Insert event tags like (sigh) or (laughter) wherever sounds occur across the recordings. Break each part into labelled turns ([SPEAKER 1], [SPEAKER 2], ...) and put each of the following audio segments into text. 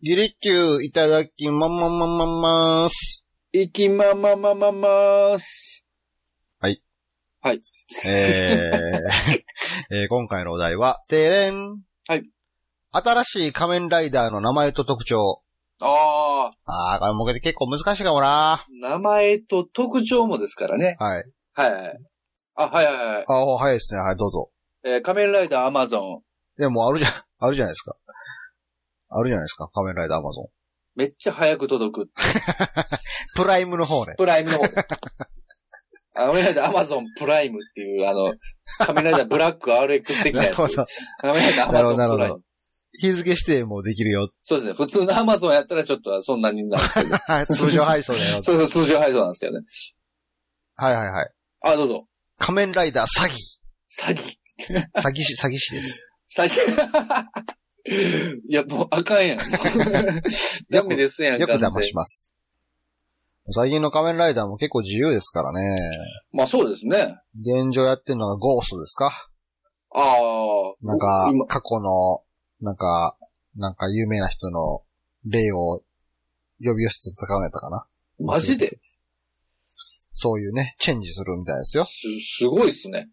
[SPEAKER 1] ギリキューいただきまんまんまんまんまーす。
[SPEAKER 2] いきまままままーす。
[SPEAKER 1] はい。
[SPEAKER 2] はい。
[SPEAKER 1] え (laughs) ーえー今回のお題は、てれん。
[SPEAKER 2] はい。
[SPEAKER 1] 新しい仮面ライダーの名前と特徴。
[SPEAKER 2] (laughs) ああ、
[SPEAKER 1] あー、これもけて結構難しいかもな
[SPEAKER 2] 名前と特徴もですからね。
[SPEAKER 1] はい。
[SPEAKER 2] はいはい。あ、はいはいはい。
[SPEAKER 1] あー、早いですね。はい、どうぞ。
[SPEAKER 2] えー仮面ライダーアマゾン。
[SPEAKER 1] でもあるじゃ、あるじゃないですか。あるじゃないですか。仮面ライダーアマゾン。
[SPEAKER 2] めっちゃ早く届く。
[SPEAKER 1] プライムの方
[SPEAKER 2] (laughs)
[SPEAKER 1] ね。
[SPEAKER 2] プライ
[SPEAKER 1] (laughs)
[SPEAKER 2] ムの方。あ仮面ライダーアマゾンプライムっていう、あの、仮面ライダーブラック RX 的な
[SPEAKER 1] な
[SPEAKER 2] や
[SPEAKER 1] る
[SPEAKER 2] つ。
[SPEAKER 1] ほ
[SPEAKER 2] 仮
[SPEAKER 1] ど。
[SPEAKER 2] 面ライダーアマゾン
[SPEAKER 1] なるほどな
[SPEAKER 2] プライ
[SPEAKER 1] るほ
[SPEAKER 2] ム。
[SPEAKER 1] 日付指定もできるよ。 (laughs)
[SPEAKER 2] そうですね。普通のアマゾンやったらちょっとそんなになんですけど。
[SPEAKER 1] 通常配送だよ。
[SPEAKER 2] そうそう、通常配送なんですけどね。
[SPEAKER 1] はいはいはい。
[SPEAKER 2] あ、どうぞ。
[SPEAKER 1] 仮面ライダー詐欺。
[SPEAKER 2] 詐欺。
[SPEAKER 1] 詐欺師、詐欺師です。(laughs)
[SPEAKER 2] 詐欺。いや、もうあかんやん。 (laughs) ダメですやん
[SPEAKER 1] よく
[SPEAKER 2] か。
[SPEAKER 1] 騙します。最近の仮面ライダーも結構自由ですからね。
[SPEAKER 2] まあそうですね。
[SPEAKER 1] 現状やってるのがゴーストですか
[SPEAKER 2] ああ。
[SPEAKER 1] なんか
[SPEAKER 2] 今、
[SPEAKER 1] 過去の、なんか、なんか有名な人の霊を呼び寄せて戦うんやったかな。
[SPEAKER 2] マジで
[SPEAKER 1] そういうね、チェンジするみたいですよ。
[SPEAKER 2] す、すごいっすね。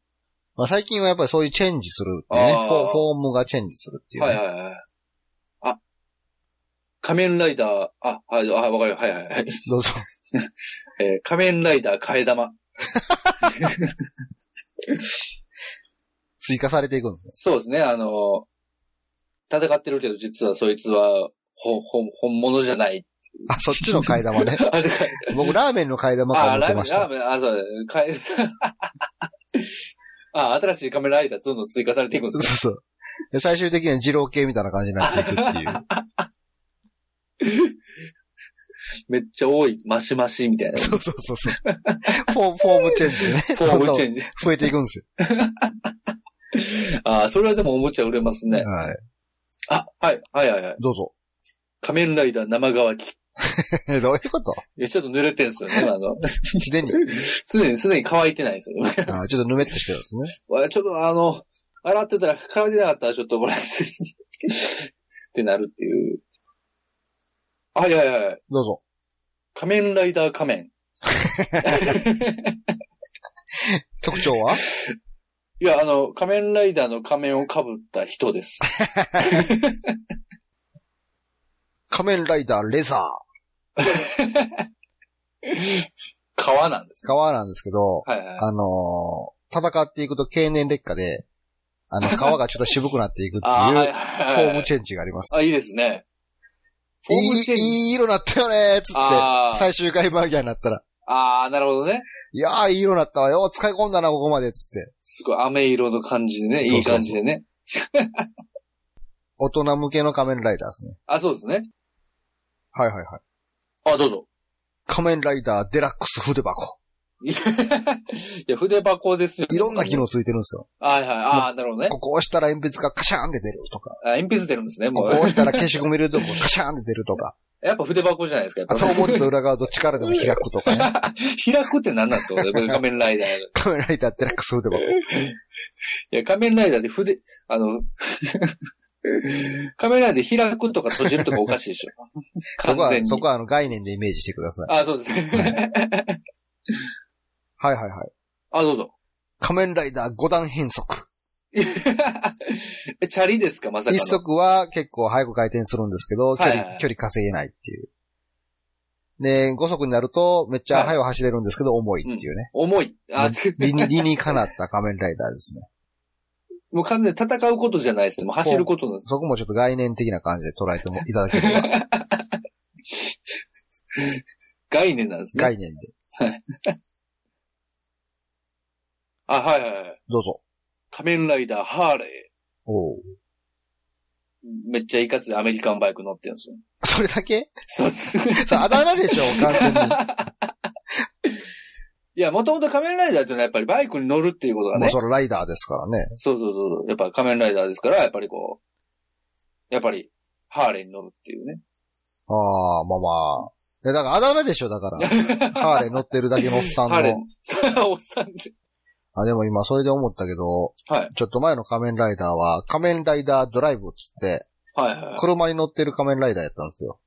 [SPEAKER 1] まあ最近はやっぱりそういうチェンジするっていうね、
[SPEAKER 2] あー
[SPEAKER 1] フォーフォームがチェンジするっていう、
[SPEAKER 2] はい
[SPEAKER 1] ね。
[SPEAKER 2] はいはい。あ、仮面ライダー、あ、はい、あ、わかるよ。はいはい (laughs) はい。
[SPEAKER 1] どうぞ。
[SPEAKER 2] えー仮面ライダー替え玉。
[SPEAKER 1] 追加されていくんですね。
[SPEAKER 2] そうですね、あの、戦ってるけど実はそいつは、ほ、ほ、本物じゃない。 (laughs)
[SPEAKER 1] あ、そっちの替え玉ね。
[SPEAKER 2] あ、そうか
[SPEAKER 1] 僕、ラーメンの替え玉か
[SPEAKER 2] あ、
[SPEAKER 1] 思っ
[SPEAKER 2] ラ
[SPEAKER 1] て
[SPEAKER 2] ーメ
[SPEAKER 1] ま
[SPEAKER 2] ン、
[SPEAKER 1] した
[SPEAKER 2] ラー。メン、あ、そうだ、替え、 (laughs) あ、新しい仮面ライダーどんどん追加されていくんで
[SPEAKER 1] そ
[SPEAKER 2] す
[SPEAKER 1] う (laughs)
[SPEAKER 2] ね。
[SPEAKER 1] そう。で最終的には二郎系みたいな感じになっていくっていう。
[SPEAKER 2] めっちゃ多い、マシマシみたいな。
[SPEAKER 1] そうそうそうそう。 (laughs) フォーフォームチェンジでね。
[SPEAKER 2] フォームチェ
[SPEAKER 1] ジ。
[SPEAKER 2] ンジ。
[SPEAKER 1] 増えていくんですよ。
[SPEAKER 2] ああ、それはでもおもちゃ売れますね。
[SPEAKER 1] はい。
[SPEAKER 2] あ、はい、はい、はい、はい。
[SPEAKER 1] どうぞ。
[SPEAKER 2] 仮面ライダー生乾き。
[SPEAKER 1] (laughs) えどういうこと
[SPEAKER 2] いや、ちょっと濡れてんす
[SPEAKER 1] (laughs)
[SPEAKER 2] よね、あの。
[SPEAKER 1] 自
[SPEAKER 2] (laughs)
[SPEAKER 1] 然に。
[SPEAKER 2] 常に、常に乾いてないんですよ。
[SPEAKER 1] あちょっとぬめっとしてるんですね。
[SPEAKER 2] わちょっとあの、洗ってたら乾いてなかったらちょっとこれ、ってなるっていう。あ、いやいやいや、
[SPEAKER 1] どうぞ。
[SPEAKER 2] 仮面ライダー仮面。
[SPEAKER 1] 局長はい
[SPEAKER 2] や、あの、仮面ライダーの仮面を被った
[SPEAKER 1] (laughs)
[SPEAKER 2] 人です。
[SPEAKER 1] 仮面ライダーレザ
[SPEAKER 2] 革なんです
[SPEAKER 1] ー。側なんですけど、
[SPEAKER 2] ね。はいはい。
[SPEAKER 1] あのー戦っていくと経年劣化で、あの、皮がちょっと渋くなっていくって
[SPEAKER 2] (laughs) あーはい
[SPEAKER 1] いうフォ
[SPEAKER 2] はいは
[SPEAKER 1] ー
[SPEAKER 2] いは
[SPEAKER 1] ム
[SPEAKER 2] い。
[SPEAKER 1] チェンジがあります
[SPEAKER 2] あ、。いいですね。フ
[SPEAKER 1] い
[SPEAKER 2] ォームチェンジ。
[SPEAKER 1] い、いい色なったよねーつって。
[SPEAKER 2] あー
[SPEAKER 1] 最終回間際になったら。
[SPEAKER 2] あー、なるほどね。
[SPEAKER 1] いやー、いい色なったわよ。使い込んだな、ここまで。つって。
[SPEAKER 2] すごい、飴色の感じでね、
[SPEAKER 1] そうそうそう
[SPEAKER 2] いい感じでね。
[SPEAKER 1] 大人向けの仮面ライダーですね。
[SPEAKER 2] あ、そうですね。
[SPEAKER 1] はいはいはい。
[SPEAKER 2] あ、どうぞ。 (laughs)
[SPEAKER 1] 仮面ライダーデラックス筆箱。
[SPEAKER 2] いや、筆箱ですよ。
[SPEAKER 1] いろんな機能。ついてるんですよ。
[SPEAKER 2] はいはい。ああ、なるほどね。
[SPEAKER 1] ここ押したら鉛筆がカシャーンって出るとか。
[SPEAKER 2] あ鉛筆出るんですね、
[SPEAKER 1] こ
[SPEAKER 2] も
[SPEAKER 1] こ
[SPEAKER 2] う。
[SPEAKER 1] 押したら消しゴム入れるとこカシャーンって出るとか。
[SPEAKER 2] やっぱ筆箱じゃないですか、やっ
[SPEAKER 1] あ
[SPEAKER 2] ぱ。
[SPEAKER 1] と表と裏側どっちからでも開くとか
[SPEAKER 2] (laughs)
[SPEAKER 1] ね。
[SPEAKER 2] 開くって何なんですか、これ仮面ライダーの。い
[SPEAKER 1] 仮面ライダーデラックス筆箱。
[SPEAKER 2] や、仮面ライダーで筆、あの、 (laughs) 仮面ライダーで開くとか閉じるとかおかしいでしょ。
[SPEAKER 1] (laughs) そ
[SPEAKER 2] 完
[SPEAKER 1] こは
[SPEAKER 2] 全、に。
[SPEAKER 1] そこはあの概念でイメージしてください。
[SPEAKER 2] あ、そうですね。
[SPEAKER 1] はいはいはい。
[SPEAKER 2] (laughs) あ、どうぞ。 (laughs)
[SPEAKER 1] 仮面ライダー5段変速。
[SPEAKER 2] えチャリですか、まさか
[SPEAKER 1] 一
[SPEAKER 2] の。
[SPEAKER 1] 速は結構早く回転するんですけど、距
[SPEAKER 2] はいはい
[SPEAKER 1] 離、距離稼げないっていう。で、5速になるとめっち
[SPEAKER 2] は
[SPEAKER 1] ゃ
[SPEAKER 2] い
[SPEAKER 1] 早く走れるんですけど重いっていうね。
[SPEAKER 2] 重い。あ、つ
[SPEAKER 1] 理に、理にかなった仮面ライダーですね。
[SPEAKER 2] もう完全に戦うことじゃないですね。もう走ることなんです。
[SPEAKER 1] そこもちょっと概念的な感じで捉えてもいただければ、
[SPEAKER 2] 概念なんですね。
[SPEAKER 1] 概念
[SPEAKER 2] (laughs)
[SPEAKER 1] で。
[SPEAKER 2] あ、はいはいはい。
[SPEAKER 1] どうぞ。
[SPEAKER 2] 仮面ライダー、ハーレ
[SPEAKER 1] おう
[SPEAKER 2] ー。めっちゃいかついアメリカンバイク乗ってるんですよ。
[SPEAKER 1] それだけ
[SPEAKER 2] (laughs) そうっす。 (laughs)
[SPEAKER 1] それあだ名でしょ完全に。
[SPEAKER 2] いや、もともと仮面ライダーっていうのはやっぱりバイクに乗るっていうことが
[SPEAKER 1] もう
[SPEAKER 2] ね。
[SPEAKER 1] それライダーですからね。
[SPEAKER 2] そうそうそう。やっぱ仮面ライダーですから、やっぱりこう、やっぱり、ハーレーに乗るっていうね。
[SPEAKER 1] ああ、まあまあ。え、だからあだ名でしょだから。ハーレー乗ってるだけのおっさん
[SPEAKER 2] ハーレー
[SPEAKER 1] の。。
[SPEAKER 2] (laughs) そう、おっさんで。
[SPEAKER 1] あ、でも今それで思ったけど、
[SPEAKER 2] はい。
[SPEAKER 1] ちょっと前の仮面ライダーは、仮面ライダードライブっつって、
[SPEAKER 2] はいは
[SPEAKER 1] 車に乗ってる仮面ライダーやったんですよ。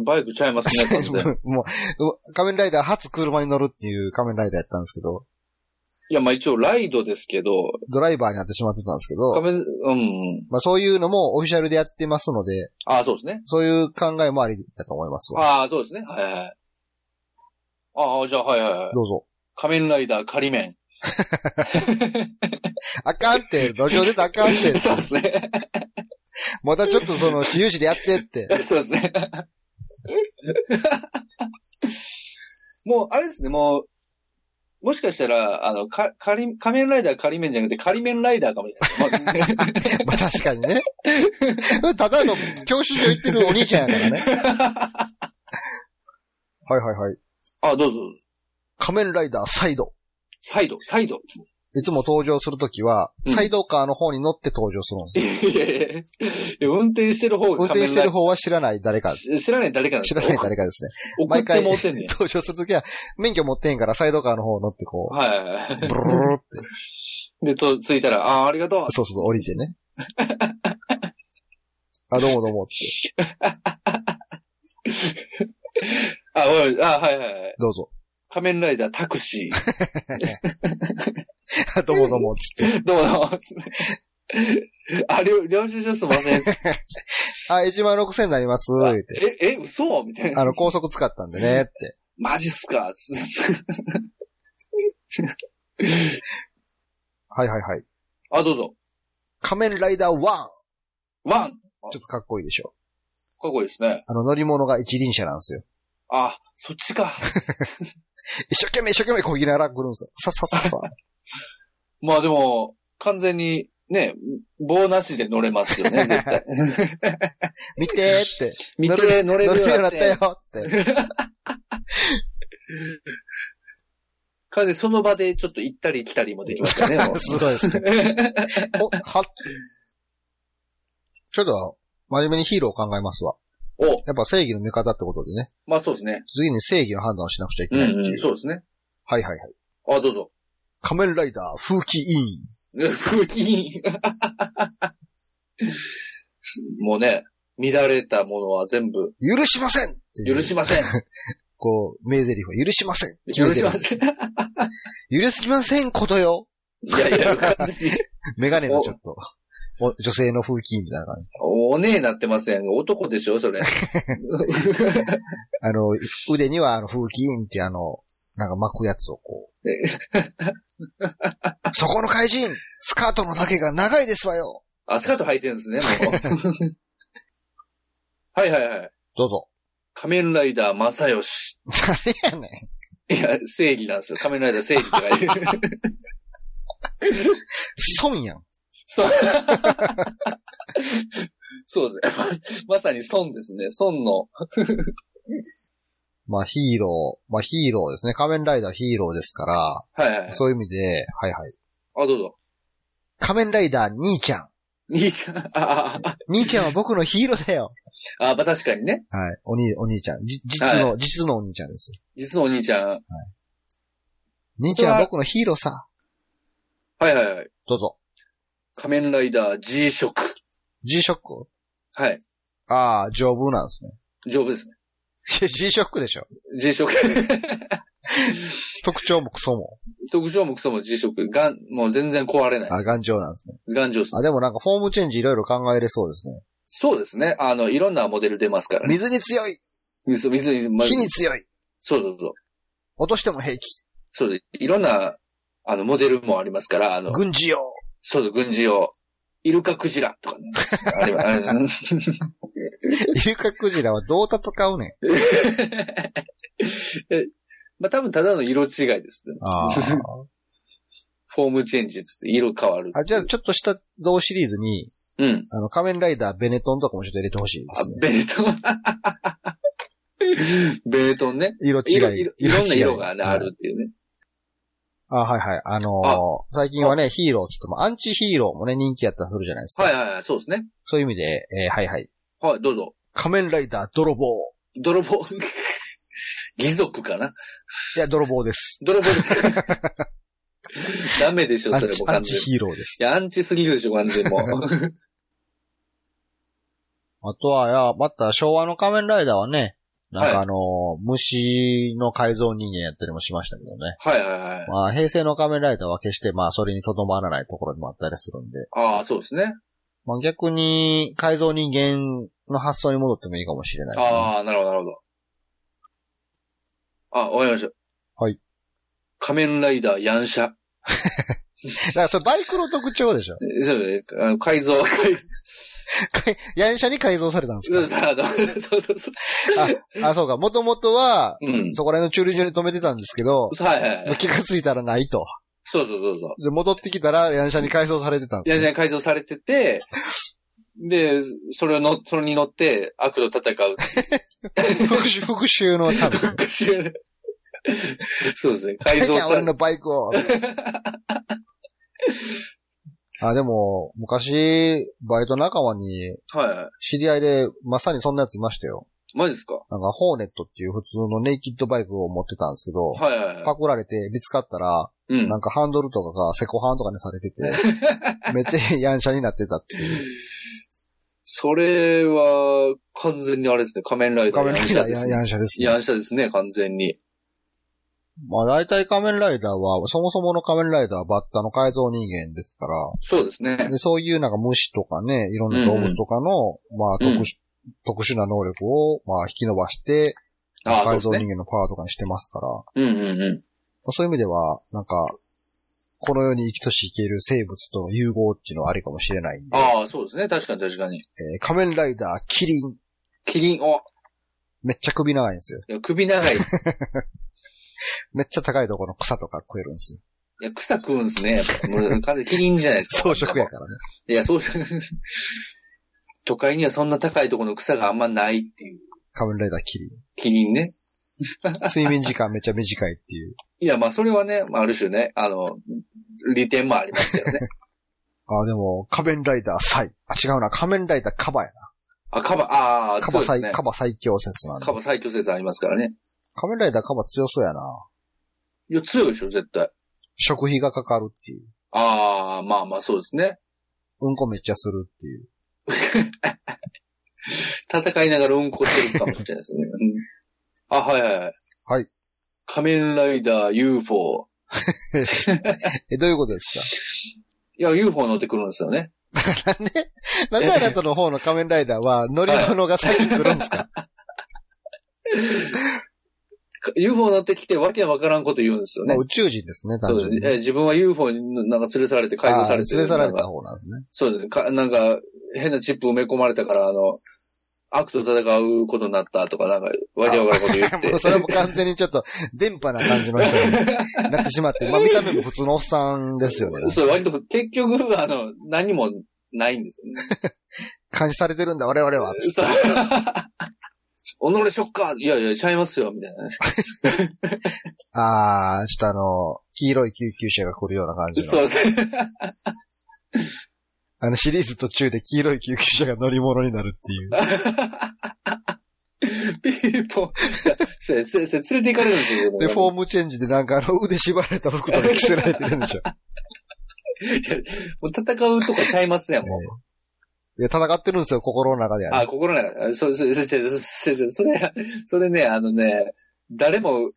[SPEAKER 2] い。バイクちゃ
[SPEAKER 1] (laughs)
[SPEAKER 2] いますね、完全。
[SPEAKER 1] もう、仮面ライダー初車に乗るっていう仮面ライダーやったんですけど、
[SPEAKER 2] いや、まあ一応ライドですけど、
[SPEAKER 1] ドライバーになってしまってたんですけ
[SPEAKER 2] 仮
[SPEAKER 1] ど、
[SPEAKER 2] 面、うんうん。
[SPEAKER 1] まあそういうのもオフィシャルでやってますので、
[SPEAKER 2] ああ、そうですね。
[SPEAKER 1] そういう考えもありだと思いますわ。
[SPEAKER 2] ああ、そうですね。はいはい。ああ、じゃあ、はいはいはい。
[SPEAKER 1] どうぞ。
[SPEAKER 2] 仮面ライダー仮面。
[SPEAKER 1] あかんって、路上出たらあかんって、
[SPEAKER 2] (laughs) そうですね。
[SPEAKER 1] またちょっとその、私有地でやって
[SPEAKER 2] (laughs)
[SPEAKER 1] って。
[SPEAKER 2] そうですね。もう、あれですね、もう、もしかしたら、あの、か、仮、仮面ライダー仮面じゃなくて仮面ライダーかもしれないです。まあ
[SPEAKER 1] まあ確かにね。ただの教習所行ってるお兄ちゃんやからね。はいはいはい。
[SPEAKER 2] あ、どうぞ。
[SPEAKER 1] 仮面ライダーサイド。
[SPEAKER 2] サイド、サイド。
[SPEAKER 1] いつも登場するときは、
[SPEAKER 2] うん
[SPEAKER 1] サイドカーの方に乗って登場するんです
[SPEAKER 2] い
[SPEAKER 1] よ。
[SPEAKER 2] やいやいやいや運転してる方
[SPEAKER 1] 運
[SPEAKER 2] が
[SPEAKER 1] 転
[SPEAKER 2] 仮面
[SPEAKER 1] して
[SPEAKER 2] ライ
[SPEAKER 1] る
[SPEAKER 2] ダ
[SPEAKER 1] 方は知らない誰か。
[SPEAKER 2] ー。知らない誰かなんです
[SPEAKER 1] 知
[SPEAKER 2] から
[SPEAKER 1] ない誰かですね。
[SPEAKER 2] 送ってもうてんねん。
[SPEAKER 1] 登場するときは、免許持ってへんからサイドカーの方乗ってこ
[SPEAKER 2] はいはいは
[SPEAKER 1] う、ブルルルルって、
[SPEAKER 2] い。で、と、着いたら、ああ、ありがとう。
[SPEAKER 1] そうそうそう、降りてね。 (laughs) あ、どうもどうもって。
[SPEAKER 2] あ、おい、あ、はいはいはい。
[SPEAKER 1] どうぞ。
[SPEAKER 2] 仮面ライダータクシ
[SPEAKER 1] (laughs)
[SPEAKER 2] ー。
[SPEAKER 1] あどうもどうもっつって。
[SPEAKER 2] どうもどう (laughs) も。あ、領領収書すみません。
[SPEAKER 1] あ、1万6000円になります。言うて
[SPEAKER 2] え、え、嘘みたいな。
[SPEAKER 1] あの、高速使ったんでね、って。
[SPEAKER 2] マジっすか。 (laughs)
[SPEAKER 1] はいはいはい。
[SPEAKER 2] あ、どうぞ。
[SPEAKER 1] 仮面ライダー1。ちょ
[SPEAKER 2] ワン。
[SPEAKER 1] っとかっこいいでしょ。
[SPEAKER 2] かっこいいですね。
[SPEAKER 1] あの、乗り物が一輪車なんですよ。
[SPEAKER 2] あ、そっちか。
[SPEAKER 1] 一生懸命一生懸命こぎながら来るんですよ。さっさっさっさ。 (laughs)
[SPEAKER 2] まあでも、完全に、ね、棒なしで乗れますよ
[SPEAKER 1] (laughs)
[SPEAKER 2] ね、絶対。
[SPEAKER 1] 見てーって。
[SPEAKER 2] 見て、乗れ
[SPEAKER 1] 乗
[SPEAKER 2] る
[SPEAKER 1] れる
[SPEAKER 2] よう
[SPEAKER 1] よう
[SPEAKER 2] に
[SPEAKER 1] に
[SPEAKER 2] な
[SPEAKER 1] な
[SPEAKER 2] っ
[SPEAKER 1] った
[SPEAKER 2] て
[SPEAKER 1] よ。って。
[SPEAKER 2] 完全にその場でちょっと行ったり来たりもできますよね、
[SPEAKER 1] (laughs)
[SPEAKER 2] もう
[SPEAKER 1] すごいですね。お、はちょっと、真面目にヒーローを考えますわ。
[SPEAKER 2] お、
[SPEAKER 1] やっぱ正義の味方ってことでね。
[SPEAKER 2] まあそうですね。
[SPEAKER 1] 次に正義の判断をしなくちゃいけ
[SPEAKER 2] うん
[SPEAKER 1] ないっていう。
[SPEAKER 2] うん、そうですね。
[SPEAKER 1] はいはいはい。
[SPEAKER 2] あ、どうぞ。 (laughs)
[SPEAKER 1] 仮面ライダー、風紀委員。
[SPEAKER 2] 風紀委員 (laughs) もうね、乱れたものは全部
[SPEAKER 1] 許しませんっていう
[SPEAKER 2] 許しま
[SPEAKER 1] (laughs)
[SPEAKER 2] せん。
[SPEAKER 1] こう、名台詞は許しません。
[SPEAKER 2] 許しません。い
[SPEAKER 1] 許しませんことよ。
[SPEAKER 2] やいや、完全に
[SPEAKER 1] メガネのちょっと、お女性の風紀委員みたいな感じ。
[SPEAKER 2] おねえなってません。男でしょ、それ。
[SPEAKER 1] あの、腕にはあの、風紀委員ってあの、なんか巻くやつをこう。 (laughs) そこの怪人スカートの丈が長いですわよ
[SPEAKER 2] あ、スカート履いてるんですね、もう。はいはいはい。
[SPEAKER 1] どうぞ。
[SPEAKER 2] 仮面ライダー正義。
[SPEAKER 1] 誰やねん。
[SPEAKER 2] いや、正義なんですよ。仮面ライダー正義って書いてる。 (laughs)
[SPEAKER 1] 損やん。
[SPEAKER 2] そう。そうですね。ままさに孫ですね。孫の。
[SPEAKER 1] まあヒーロー、まあヒーローですね。仮面ライダーヒーローですか
[SPEAKER 2] はいはいは
[SPEAKER 1] ら、
[SPEAKER 2] い。
[SPEAKER 1] そういう意味で、はいはい。
[SPEAKER 2] あ、どうぞ。
[SPEAKER 1] 仮面ライダー兄ちゃん。
[SPEAKER 2] 兄ちゃん。ああ、あ
[SPEAKER 1] 兄ちゃんは僕のヒーローだよ。
[SPEAKER 2] あ、あまあ確かにね。
[SPEAKER 1] はい。お兄、お兄ちゃん。じ実の、実のお兄ちゃんです。
[SPEAKER 2] 実のお兄ちゃん。
[SPEAKER 1] 兄ちゃんは僕のヒーローさ。
[SPEAKER 2] はいはいはい。
[SPEAKER 1] どうぞ。
[SPEAKER 2] 仮面ライダー G 色。
[SPEAKER 1] G-SHOCK?
[SPEAKER 2] はい。
[SPEAKER 1] ああ、丈夫なん (laughs) ですね。
[SPEAKER 2] 丈夫ですね。
[SPEAKER 1] いや G-SHOCK でしょ。
[SPEAKER 2] G 色。
[SPEAKER 1] 特徴もクソも。
[SPEAKER 2] 特徴もクソも G 色。がん、もう全然壊れないで
[SPEAKER 1] あ、
[SPEAKER 2] す。
[SPEAKER 1] 頑丈なんですね。
[SPEAKER 2] 頑丈です
[SPEAKER 1] あ、。でもなんかフォームチェンジいろいろ考えれそうですね。
[SPEAKER 2] そうですね。あの、いろんなモデル出ますからね。
[SPEAKER 1] 水に強い
[SPEAKER 2] 水、水に、ま
[SPEAKER 1] 火に強い
[SPEAKER 2] そうそうそう。
[SPEAKER 1] 落としても平気
[SPEAKER 2] そうです。いろんな、あの、モデルもありますから、あの、
[SPEAKER 1] 軍事用
[SPEAKER 2] そうそう、軍事用。イルカクジラと
[SPEAKER 1] (laughs)
[SPEAKER 2] かね。あれは、あ
[SPEAKER 1] イ
[SPEAKER 2] れ
[SPEAKER 1] ルカクジラはどう戦 (laughs) うねん。
[SPEAKER 2] まあ、多分ただの色違いですね。
[SPEAKER 1] あ (laughs)
[SPEAKER 2] フォームチェンジっつって色変わる。
[SPEAKER 1] あ。じゃあ、ちょっとした同シリーズに、
[SPEAKER 2] うん。
[SPEAKER 1] あの、仮面ライダーベネトンとかもちょっと入れてほしいで
[SPEAKER 2] あ
[SPEAKER 1] す、ね。
[SPEAKER 2] ベネトン。ベネトンね。
[SPEAKER 1] 色違
[SPEAKER 2] 色、
[SPEAKER 1] い。
[SPEAKER 2] 色いろんな
[SPEAKER 1] 違い
[SPEAKER 2] 色がね、あ。
[SPEAKER 1] はい
[SPEAKER 2] るっていうね。
[SPEAKER 1] あ、はいはい。あのー最近はね、ヒーローって言っても、アンチヒーローもね、人気やったりするじゃないですか。
[SPEAKER 2] はいはいはい、そうですね。
[SPEAKER 1] そういう意味で、えーはいはい。
[SPEAKER 2] はい、どうぞ。
[SPEAKER 1] 仮面ライダー泥棒。
[SPEAKER 2] 泥棒。 (laughs) 義族かない
[SPEAKER 1] や、泥棒です。
[SPEAKER 2] 泥棒です
[SPEAKER 1] (laughs)
[SPEAKER 2] かダメでしょ、
[SPEAKER 1] アン
[SPEAKER 2] それ
[SPEAKER 1] チ
[SPEAKER 2] も
[SPEAKER 1] ア
[SPEAKER 2] 完
[SPEAKER 1] ンチ
[SPEAKER 2] 全に。
[SPEAKER 1] (laughs)
[SPEAKER 2] い
[SPEAKER 1] ヒーローです。
[SPEAKER 2] や、アンチすぎるでしょ、完全にもう。
[SPEAKER 1] あとは、いや、また昭和の仮面ライダーはね、なんかあの虫の改造人間やったりもしましたけどね。
[SPEAKER 2] はいはいはい。
[SPEAKER 1] まあ、平成の仮面ライダーは決してまあ、それにとどまらないところでもあったりするんで。
[SPEAKER 2] ああ、そうですね。
[SPEAKER 1] まあ、逆に、改造人間の発想に戻ってもいいかもしれないですね。
[SPEAKER 2] ああ、なるほど、なるほど。あ、わかりました。
[SPEAKER 1] はい。
[SPEAKER 2] 仮面ライダー、ヤンシャ。
[SPEAKER 1] だからそれバイクの特徴でしょ。
[SPEAKER 2] えそうね。あの改造、 (laughs) 改
[SPEAKER 1] ヤンシャに改造されたんです
[SPEAKER 2] そ
[SPEAKER 1] か
[SPEAKER 2] うそうあのそうそうそう。
[SPEAKER 1] あ、そうか。もともとは、
[SPEAKER 2] うん。
[SPEAKER 1] そこら辺の駐輪場に止めてたんですけど、
[SPEAKER 2] はいはいはい。
[SPEAKER 1] 気がついたらないと。
[SPEAKER 2] そうそうそうそう。
[SPEAKER 1] で、戻ってきたら、ヤンシャに改装されてたんで
[SPEAKER 2] ヤン
[SPEAKER 1] す
[SPEAKER 2] シ
[SPEAKER 1] ね
[SPEAKER 2] ャに改造されてて、で、それをの、それに乗って悪と戦う。
[SPEAKER 1] 復讐、復讐のために。
[SPEAKER 2] (laughs) そうですね。改
[SPEAKER 1] じ
[SPEAKER 2] 造
[SPEAKER 1] ゃあ
[SPEAKER 2] さ
[SPEAKER 1] 俺
[SPEAKER 2] れ
[SPEAKER 1] のバイクを。あ、でも、昔、バイト仲間に、
[SPEAKER 2] はいは
[SPEAKER 1] 知り合いで、まさにそんなやついましたよ。
[SPEAKER 2] い。マジですか
[SPEAKER 1] なんか、ホーネットっていう普通のネイキッドバイクを持ってたんですけど、
[SPEAKER 2] はいはいは
[SPEAKER 1] パクられて見つかったら、
[SPEAKER 2] い。うん
[SPEAKER 1] なん。かハンドルとかがセコハンとかにされて
[SPEAKER 2] (laughs)
[SPEAKER 1] て、めっちゃヤンシャになってたっていう。
[SPEAKER 2] それは、完全にあれですね。仮面ライダ
[SPEAKER 1] 仮
[SPEAKER 2] ー
[SPEAKER 1] 面ラ
[SPEAKER 2] ヤン
[SPEAKER 1] イ
[SPEAKER 2] シャ
[SPEAKER 1] ダー
[SPEAKER 2] です
[SPEAKER 1] ヤン
[SPEAKER 2] ね。
[SPEAKER 1] ヤンシャですね。
[SPEAKER 2] ヤンシャですね、完全に。
[SPEAKER 1] まあ大体仮面ライダーは、そもそもの仮面ライダーはバッタの改造人間ですから、
[SPEAKER 2] そうですね。
[SPEAKER 1] でそういうなんか虫とかね、いろんな動物とかの、まあ特殊、特殊な能力を、まあ引き伸ばして、
[SPEAKER 2] ああ、
[SPEAKER 1] 改
[SPEAKER 2] そ
[SPEAKER 1] 造
[SPEAKER 2] うです
[SPEAKER 1] 人
[SPEAKER 2] ね。
[SPEAKER 1] 間のパワーとかにしてますから、ま
[SPEAKER 2] うんうんうん。
[SPEAKER 1] あそういう意味では、なんか、この世に生きとし生ける生物との融合っていうのはありかもしれないんで、
[SPEAKER 2] ああ、そうですね。確かに確かに。
[SPEAKER 1] えー仮面ライダー、キリン、
[SPEAKER 2] キリン、お
[SPEAKER 1] めっちゃ首長いんですよ。
[SPEAKER 2] いや首長い。い
[SPEAKER 1] めっちゃ高いところの草とか食えるんですよ。
[SPEAKER 2] や、草食うんですね。やっぱもう完全にキリンじゃないですか。
[SPEAKER 1] 草食や。からね。
[SPEAKER 2] いや、草食。 (laughs) 都会にはそんな高いところの草があんまないっていう。
[SPEAKER 1] 仮面ライダーキリン。
[SPEAKER 2] キリンね。
[SPEAKER 1] 睡眠時間めっちゃ短いっていう。
[SPEAKER 2] いや、まあ、それはね、まあある種ね、あの、利点もありますけどね。
[SPEAKER 1] あ、でも、仮面ライダーサイ。あ、違うな。仮面ライダーカバやな。
[SPEAKER 2] あ、カバ、ああ、
[SPEAKER 1] カ
[SPEAKER 2] そう
[SPEAKER 1] バ
[SPEAKER 2] で
[SPEAKER 1] 最、
[SPEAKER 2] すね。
[SPEAKER 1] カバ最強説なんで
[SPEAKER 2] カ。バ最強説ありますからね。
[SPEAKER 1] 仮面ライダーカバ強そうやな。
[SPEAKER 2] いや、強いでしょ、絶対。
[SPEAKER 1] 食費がかかるっていう。
[SPEAKER 2] ああ、まあまあ、そうですね。
[SPEAKER 1] うんこめっちゃするっていう。
[SPEAKER 2] 戦いながら運行してるかもしれないですね。
[SPEAKER 1] (laughs)
[SPEAKER 2] うんあ、はいはいはい。
[SPEAKER 1] はい。
[SPEAKER 2] 仮面ライダー UFO。
[SPEAKER 1] え、どういうことです
[SPEAKER 2] いや、UFO 乗ってくるんですよね。
[SPEAKER 1] かなんで、
[SPEAKER 2] (laughs)
[SPEAKER 1] なんであなたの方の仮面ライダーは乗り物が先に来るんですか
[SPEAKER 2] UFO 乗ってきてわけわからんこと言うんですよ
[SPEAKER 1] ま
[SPEAKER 2] (laughs) ね
[SPEAKER 1] あ。宇宙人ですね、
[SPEAKER 2] そ
[SPEAKER 1] 単
[SPEAKER 2] う
[SPEAKER 1] 純に。
[SPEAKER 2] え自分は UFO になんか連れ去られて改造され
[SPEAKER 1] あ
[SPEAKER 2] て
[SPEAKER 1] ー連れ去られ
[SPEAKER 2] なん
[SPEAKER 1] た
[SPEAKER 2] か
[SPEAKER 1] 方なんですね。
[SPEAKER 2] そうですね。かなんか、変なチップ埋め込まれたから、あの、悪と戦うことになったとか、なんか、わけわからんこと言
[SPEAKER 1] (laughs)
[SPEAKER 2] っ
[SPEAKER 1] も
[SPEAKER 2] て
[SPEAKER 1] う。それも完全にちょっと、電波な感じの人になってしまって、まあ見た目も普通のおっさんですよね。
[SPEAKER 2] (laughs) そう、割と結局、あの、何もないんですよね。
[SPEAKER 1] 監視されてるんだ、我々は。
[SPEAKER 2] (laughs) そう。己ショッカーいやいや、ちゃいますよ、みたいな。
[SPEAKER 1] あー、ちょっとあの、黄色い救急車が来るような感じ
[SPEAKER 2] そう
[SPEAKER 1] の。
[SPEAKER 2] ですね。
[SPEAKER 1] あのシリーズ途中で黄色い救急車が乗り物になるっていう。
[SPEAKER 2] ピーポン。じゃあ、せ、せ、せ、連れて行かれるんですよ。
[SPEAKER 1] で、フォー
[SPEAKER 2] も
[SPEAKER 1] ムチェンジでなんかあの腕縛られた服とか着せられてるんで
[SPEAKER 2] (laughs)
[SPEAKER 1] しょ。
[SPEAKER 2] う戦うとかちゃいますやん、もう。
[SPEAKER 1] で、戦ってるんですよ、心の中ではね、
[SPEAKER 2] あ、心の中で。それ、それ、それ、それ、それ、それね、あのね、誰も、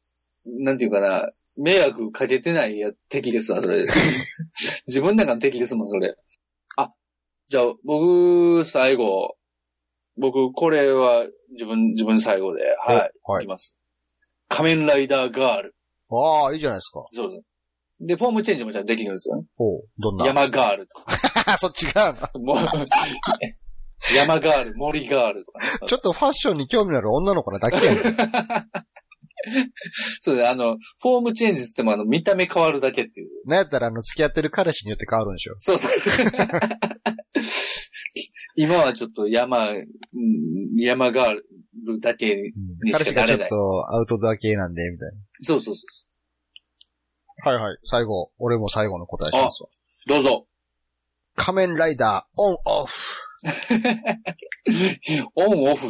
[SPEAKER 2] なんていうかな、迷惑かけてないや敵ですわ、それ。 (laughs) 自分の中の敵ですもん、それ。あ、じゃあ、僕、最後。僕、これは、自分、自分最後で。はい。
[SPEAKER 1] おはい
[SPEAKER 2] いきます。仮面ライダーガール。
[SPEAKER 1] ああ、いいじゃないですか。
[SPEAKER 2] そうです。で、フォームチェンジもじゃあできるんですよね。
[SPEAKER 1] おう、どんな。
[SPEAKER 2] 山ガールと
[SPEAKER 1] (laughs)
[SPEAKER 2] か。
[SPEAKER 1] そっちが、
[SPEAKER 2] もう山ガール、森ガールとかね、
[SPEAKER 1] ちょっとファッションに興味のある女の子なだけやん。
[SPEAKER 2] そうだ、あの、フォームチェンジってもあの、見た目変わるだけっていう。
[SPEAKER 1] なんやったらあの、付き合ってる彼氏によって変わるんでしょ。
[SPEAKER 2] そう (laughs) そう。今はちょっと山、うん山があるだけに。
[SPEAKER 1] うん、彼氏がちょっとアウトドア系なんで、みたい
[SPEAKER 2] そうそうそ
[SPEAKER 1] な。はいはい。最後、俺も最後の答えしますわ。
[SPEAKER 2] う。どうぞ。
[SPEAKER 1] 仮面ライダー、オン、オフ。
[SPEAKER 2] オン、オフ。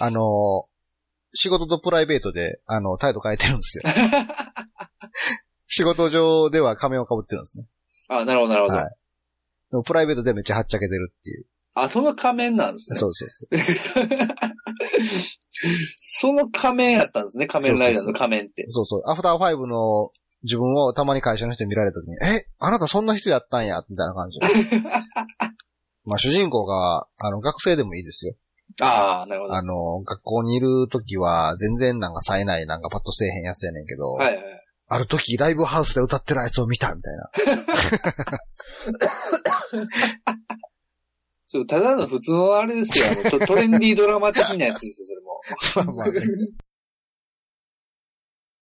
[SPEAKER 1] あの、仕事とプライベートで、あの、態度変えてるんですよ。仕事上では仮面を被ってるんですね。
[SPEAKER 2] あ、なるほど、なるほど。
[SPEAKER 1] はいでもプライベートでめっちゃはっちゃけてるっていう。
[SPEAKER 2] あ、その仮面なんですね。
[SPEAKER 1] そうそうそう。
[SPEAKER 2] その仮面やったんですね、仮面ライダーの仮面って。
[SPEAKER 1] そうそう。アフターファイブの自分をたまに会社の人に見られた時に、え、あなたそんな人やったんや、みたいな感
[SPEAKER 2] (laughs)
[SPEAKER 1] じ。まあ主人公が、あの、学生でもいいですよ。
[SPEAKER 2] ああ、なるほど。は
[SPEAKER 1] あの、学校にいる時は全然なんか冴えない、なんかパッとせえへんやつやねんけど、
[SPEAKER 2] いはい。
[SPEAKER 1] ある時ライブハウスで歌ってるあいつを見た、みたい
[SPEAKER 2] (laughs)
[SPEAKER 1] な。
[SPEAKER 2] そうただの普通のあれですよあのト。トレンディードラマ的なやつですよ、それも。
[SPEAKER 1] まあまあね